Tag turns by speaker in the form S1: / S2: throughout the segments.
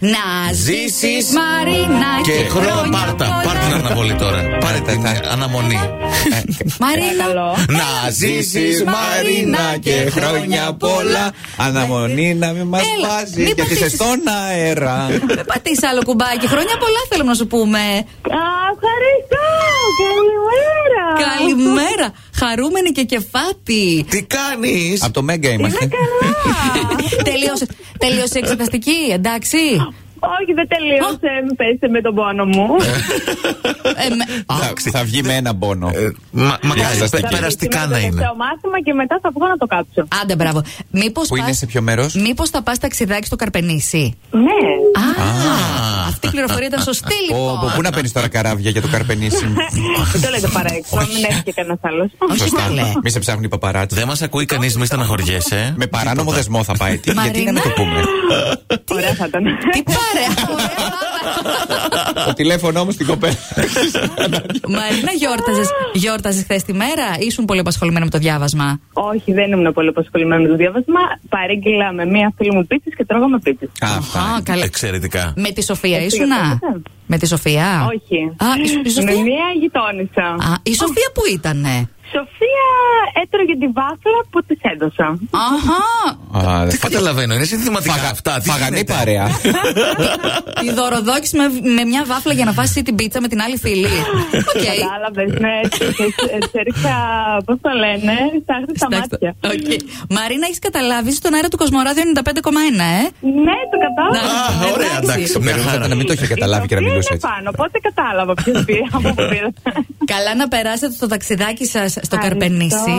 S1: Να
S2: Ζήσεις
S1: ζήσεις Μαρίνα
S2: Και
S1: και
S2: χρόνο
S1: χρόνια
S2: πάρτα.
S1: πολλά.
S2: Πάρτε την αναβολή τώρα. Πάρε την ε, αναμονή.
S1: Μαρίνα
S3: Καλό.
S2: Να ζήσεις Μαρίνα και χρόνια πολλά.
S4: Αναμονή να μην μας
S1: Έλα,
S4: βάζει
S1: μην
S4: γιατί είσαι
S1: πατήσεις.
S4: στον αέρα.
S1: Δεν πατήσει άλλο κουμπάκι. Χρόνια πολλά θέλουμε να σου πούμε.
S3: Α, ευχαριστώ. Καλημέρα.
S1: Καλημέρα. Χαρούμενη και κεφάτη.
S2: Τι κάνεις.
S4: Από το Μέγκα
S2: Ε,
S4: είμαστε.
S1: τελείωσε, τελείωσε η εξεταστική, εντάξει.
S3: Όχι, δεν τελείωσε. Μην παίζετε με τον πόνο μου.
S1: Ε, με-
S4: Εντάξει, θα βγει με ένα πόνο.
S1: Ε,
S2: Μακάρι,
S4: Γεια σας,
S2: πε-
S4: κύριε.
S2: περαστικά να
S3: Είναι το
S2: είναι.
S3: τελευταίο μάθημα και μετά θα βγω να το κάψω.
S1: Άντε, μπράβο. Μήπως
S4: Που είναι
S1: πας, Ναι,
S4: σε ποιο μέρος.
S1: μήπως θα πας ταξιδάκι στο Καρπενήσι.
S3: Ναι.
S1: Α, αυτή η πληροφορία ήταν σωστή,
S4: Από πού
S1: λοιπόν.
S4: να παίρνεις τώρα καράβια για το καρπενήσι.
S3: Δεν το λέτε παρέξω. Μην έχει και κανένα άλλος.
S1: Όχι, καλέ.
S4: Μη σε ψάχνουν οι παπαράτσι.
S2: Δεν μας ακούει κανείς, μη στεναχωριέσαι.
S4: Με παράνομο δεσμό θα πάει. Τι- Γιατί να μην το πούμε.
S3: Ωραία θα ήταν.
S1: Τι πάρε. ωραία, πάμε.
S4: Το τηλέφωνο μου στην κοπέλα.
S1: Μαρίνα, γιόρταζες, γιόρταζες χθες τη μέρα ή ήσουν πολύ απασχολημένη με το διάβασμα.
S3: Όχι, δεν ήμουν πολύ απασχολημένη με το διάβασμα. Παρήγγειλα με μία φίλη μου πίτσες και τρώγαμε πίτσες.
S4: Α,
S1: Α,
S4: Αυτά.
S1: καλά.
S2: Εξαιρετικά.
S1: Με τη Σοφία
S3: Έτσι,
S1: ήσουνα.
S3: γιατί.
S1: Με τη Σοφία.
S3: Όχι.
S1: Α, η, η
S3: Με
S1: Σοφία.
S3: μία γειτόνισσα.
S1: Α, η Σοφία που ήτανε.
S3: Σοφία έτρωγε τη βάφλα που της έδωσα.
S1: Αχα.
S4: Α,
S2: Τι
S4: δεν-
S2: καταλαβαίνω, είναι συνθηματικά
S4: Φαγα-
S2: αυτά. τι
S4: Φαγανή
S2: γίνεται.
S4: παρέα.
S1: Τη δωροδόκησε με, με μια βάφλα για να φάσει εσύ την πίτσα με την άλλη φίλη. Οκ.
S3: Κατάλαβες, ναι. Σε ρίξα, πώς το λένε, στα στα
S1: Εντάξει,
S3: μάτια.
S1: οκ. Μαρίνα, έχεις καταλάβει είσαι στον αέρα του Κοσμοράδιο 95,1, ε.
S3: Ναι, το κατάλαβα.
S2: Α, ωραία, εντάξει. Μια
S4: Περιμένω
S2: χαρά.
S4: να μην το είχε καταλάβει και να
S3: Η Σοφία
S4: μιλούσε
S3: είναι
S4: έτσι.
S3: πάνω, οπότε κατάλαβα ποιος πήρε από πού πήρε.
S1: Καλά να περάσετε το ταξιδάκι σας στο
S3: Ευχαριστώ.
S1: Καρπενήσι.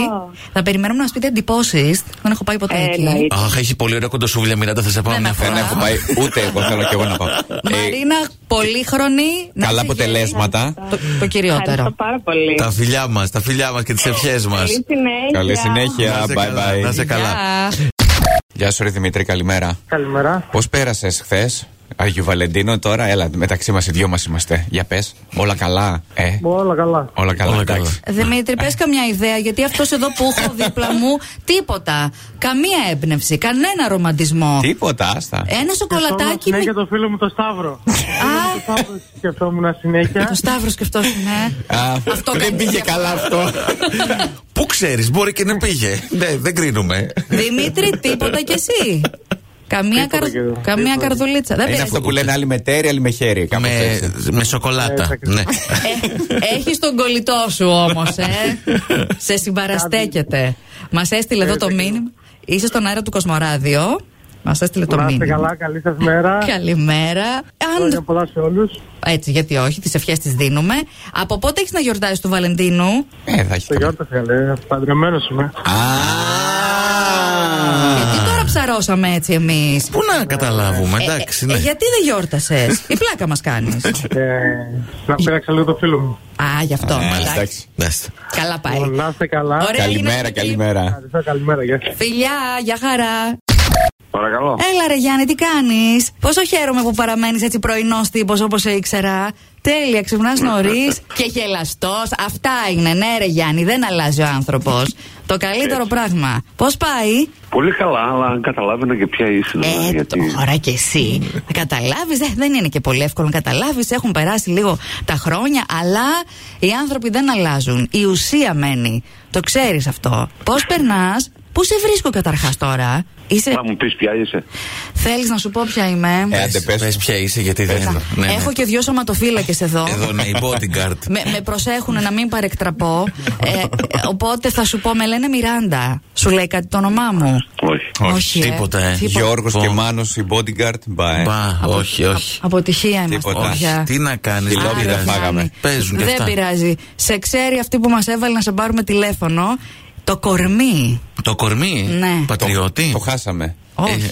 S1: Θα περιμένουμε να μας πείτε εντυπώσεις. Δεν έχω πάει ποτέ
S3: Ε,
S1: εκεί.
S3: εννοείται.
S2: Αχ, έχει πολύ ωραία κοντοσούβλια, Μιράντα, θα σε πάω
S1: Ναι,
S2: μια
S1: ναι,
S2: φορά.
S4: Δεν έχω πάει ούτε εγώ. Θέλω και εγώ να πάω. Ε,
S1: Μαρίνα, πολύχρονη. να
S4: Καλά
S1: είσαι
S4: αποτελέσματα.
S1: γερή. Το, το
S3: Ευχαριστώ
S1: κυριότερο.
S3: πάρα πολύ.
S2: Τα φιλιά μας, τα φιλιά μας και τις ευχές μας.
S3: Καλή συνέχεια.
S4: Καλή συνέχεια. Bye
S2: Να είσαι
S4: bye.
S2: καλά.
S1: Γεια.
S4: Γεια σου, ρε Δημήτρη, καλημέρα.
S5: Καλημέρα.
S4: Πώς πέρασες χθες, Αγίου Βαλεντίνο, τώρα, έλα, μεταξύ μας οι δυο μας είμαστε. Για πες, όλα καλά, ε.
S5: Όλα καλά.
S4: Όλα καλά,
S2: Όλα
S4: εντάξει.
S1: Δημήτρη, πες καμιά ιδέα, γιατί αυτός εδώ που έχω δίπλα μου, τίποτα. Καμία έμπνευση, κανένα ρομαντισμό.
S4: Τίποτα, άστα.
S1: Ένα σοκολατάκι με.
S5: Σκεφτόμουν συνέχεια Ναι, το φίλο μου το Σταύρο.
S1: Α,
S5: το Σταύρο σκεφτόμουν συνέχεια.
S1: το Σταύρο σκεφτόσουν, ναι.
S4: Α,
S1: Αυτό
S4: δεν
S1: κάνεις Ε,
S4: πήγε
S1: διαφορά.
S4: καλά αυτό.
S2: Πού ξέρεις, μπορεί και να πήγε. Ναι, δεν κρίνουμε.
S1: Δημήτρη, τίποτα κι εσύ. Καμία,
S5: Τίποτα
S1: καρ-
S5: κι εγώ.
S1: καμία
S5: Τίποτα.
S1: καρδουλίτσα. Δεν
S2: Είναι
S1: πειράζει.
S4: Αυτό που λένε άλλοι με τέρι, άλλοι με χέρι. κάπως
S2: με,
S4: έτσι.
S2: με σοκολάτα.
S5: Ε,
S2: ναι.
S1: Έχεις τον κολλητό σου όμως, ε. Σε συμπαραστέκεται. Μας έστειλε
S5: Ε,
S1: εδώ το μήνυμα. Είσαι στον αέρα του Κοσμοράδιο. Μας έστειλε το
S5: Να είστε
S1: μήνυμα.
S5: καλά, καλή σας μέρα.
S1: Καλημέρα.
S5: Χρόνια
S1: Αν...
S5: πολλά σε όλους.
S1: Έτσι, γιατί όχι, τις ευχές τις δίνουμε. Από πότε έχεις να γιορτάσεις του Βαλεντίνου,
S4: Ε, θα έχει
S5: Το
S4: καμία-
S5: γιόρτασε, καλέ. Παντρεμένος είμαι.
S1: Γιατί τώρα ψαρώσαμε έτσι εμείς.
S2: Πού να
S1: Ε,
S2: καταλάβουμε, εντάξει. ναι.
S1: γιατί δεν γιόρτασες, Η πλάκα μας κάνεις.
S5: Ε, Να πήραξα λίγο το φίλο μου.
S1: Α, γι' αυτό.
S4: Α,
S1: εντάξει.
S4: εντάξει.
S2: Ναι, Εντάξει.
S1: Καλά πάει.
S5: Λοιπόν, Να είστε καλά.
S1: Ωραία.
S4: Καλημέρα,
S1: Έγινε. Λοιπόν.
S4: καλημέρα.
S5: Ευχαριστώ, καλημέρα. Γεια σας.
S1: Φιλιά, για χαρά.
S6: Παρακαλώ.
S1: Έλα ρε Γιάννη, τι κάνεις. Πόσο χαίρομαι που παραμένεις έτσι πρωινό τύπο όπως ήξερα. Τέλεια, ξυπνάς νωρίς και γελαστός. Αυτά είναι, ναι, ρε Γιάννη, δεν αλλάζει ο άνθρωπος. Το καλύτερο πράγμα. Πώς πάει,
S6: Πολύ καλά, αλλά αν καταλάβαινα και ποια είσαι. δηλαδή,
S1: Ε, τώρα κι εσύ. Θα καταλάβεις, ε, δεν είναι και πολύ εύκολο να καταλάβεις. Έχουν περάσει λίγο τα χρόνια, αλλά οι άνθρωποι δεν αλλάζουν. Η ουσία μένει. Το ξέρεις αυτό. Πώς περνάς, πού σε βρίσκω καταρχάς τώρα. Είσαι...
S6: Θα μου πεις ποια είσαι.
S1: Θέλεις να σου πω ποια είμαι.
S4: Ε, άντε, πες.
S2: Πες ποια είσαι, γιατί δεν.
S1: Να-
S2: ναι, ναι.
S1: Έχω και δύο σωματοφύλακες εδώ.
S2: Εδώ είναι η bodyguard.
S1: Με, με προσέχουν να μην παρεκτραπώ. Ε, οπότε θα σου πω, με λένε Μιράντα. Σου λέει κάτι το όνομά μου.
S6: Όχι.
S1: Όχι, ε.
S2: τίποτα, ε.
S1: Τίποτα.
S4: Γιώργος
S2: Πω.
S4: και Μάνος, η bodyguard, μπα. ε.
S2: Μπα, όχι, όχι.
S1: Αποτυχία είμαστε
S4: Τίποτα.
S1: πια.
S2: Όχι, τι να κάνεις,
S4: Χιλόπιτα φάγαμε.
S2: Παίζουν και
S1: Δεν
S2: αυτά.
S1: πειράζει. Σε ξέρει αυτή που μας έβαλε να σε πάρουμε τηλέφωνο. Το κορμί.
S2: Το κορμί,
S1: Ναι.
S2: πατριώτη.
S4: Το χάσαμε.
S1: Όχι.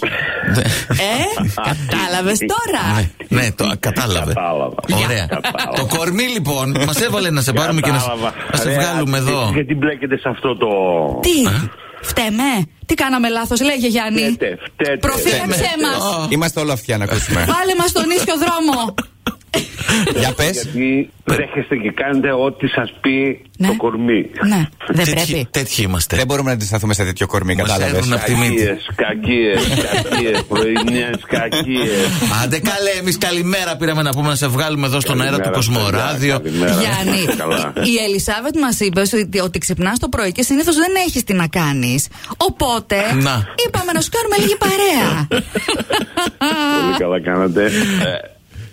S2: Δε-
S1: Ε, κατάλαβες τώρα.
S2: Ναι, ναι, το κατάλαβε.
S6: Κατάλαβα.
S2: Ωραία.
S6: Κατάλαβα.
S2: Το κορμί λοιπόν μας έβαλε να σε πάρουμε και να, σε-
S6: Κατάλαβα.
S2: να σε
S6: Ρε,
S2: βγάλουμε
S6: άντε,
S2: εδώ.
S6: Γιατί μπλέκετε σε αυτό το.
S1: Τι, φταίμε. Τι κάναμε λάθος, λέγε Γιάννη.
S6: Φταίτε, φταίτε.
S1: Προφύλαξε
S2: Φταίμε.
S1: μας.
S2: Α.
S4: Είμαστε όλα αυτιά να ακούσουμε.
S1: Βάλε μας στον ίσιο δρόμο.
S4: Για πες.
S6: Γιατί
S2: Ναι.
S6: δέχεστε και κάνετε ό,τι σας πει
S1: Ναι.
S6: το κορμί.
S1: Ναι, δεν
S2: Τέτοιοι-
S1: πρέπει.
S2: Τέτοιοι είμαστε.
S4: Δεν μπορούμε να αντισταθούμε σε τέτοιο κορμί,
S2: Μας
S4: κατάλαβε.
S2: έρνουν απ' τη μύτη.
S6: Κακίες, κακίες, κακίες, πρωινέ κακίες.
S2: Άντε καλέ, εμείς καλημέρα πήραμε να πούμε να σε βγάλουμε εδώ στον αέρα του
S6: Καλημέρα, παιδιά,
S2: Κοσμοράδιο.
S6: καλημέρα.
S1: Γιάννη,
S6: Ναι, Καλά.
S1: η Ελισάβετ μας είπε ότι, ότι ξυπνάς το πρωί και συνήθως δεν έχεις τι να κάνεις. Οπότε
S2: Να.
S1: είπαμε να σου κάνουμε λίγη παρέα.
S6: Πολύ καλά κάνατε. Ε,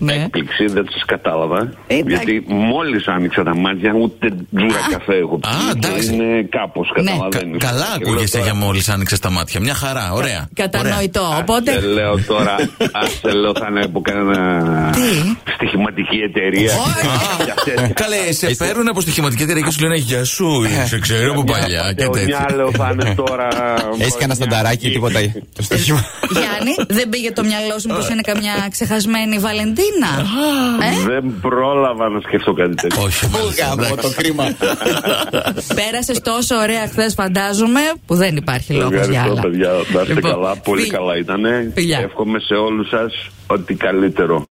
S1: Ναι.
S6: Έκπληξη, δεν σας κατάλαβα.
S1: Ε, Εντάξει.
S6: Γιατί μόλις άνοιξα τα μάτια, ούτε τζούρα καφέ έχω πει.
S2: Α, εντάξει.
S6: Είναι κάπως,
S1: Ναι.
S2: Κα-
S6: καταλαβαίνετε.
S2: καλά
S6: Και λέω
S2: ακούγεσαι
S6: τώρα-
S2: για μόλις άνοιξες τα μάτια. Μια χαρά, ωραία.
S1: Κατανοητό.
S6: Ας σε
S1: Οπότε.
S6: λέω τώρα, ας σε λέω θα είναι από κανένα
S1: Τι?
S6: στοιχηματική εταιρεία.
S1: Όχι.
S6: Για
S2: Ωραία.
S6: τέτοια.
S2: Καλέ, σε παίρνουν από στοιχηματική εταιρεία και σου λένε Γεια σου, σε ξέρω
S1: Ε,
S2: από παλιά και τέτοια.
S6: Μια λέω θα είναι τώρα.
S4: Έχει κανένα στανταράκι ή τίποτα. Το στοίχημα.
S1: Γιάννη, δεν πήγε το μυαλό σου πως είναι καμιά ξεχασμένη Βαλεντίνα. ε?
S6: Δεν πρόλαβα να σκεφτώ κάτι τέτοιο.
S2: Όχι, μάλιστα,
S4: Γάμο
S2: εντάξει.
S4: το κρίμα.
S1: Πέρασες τόσο ωραία χθες, φαντάζομαι, που δεν υπάρχει λόγος για
S6: Ευχαριστώ,
S1: άλλα.
S6: παιδιά. Να είστε
S1: Λοιπόν,
S6: καλά. Πολύ
S1: φι-
S6: καλά ήταν.
S1: Φιλιά.
S6: Εύχομαι σε όλους σας ότι καλύτερο.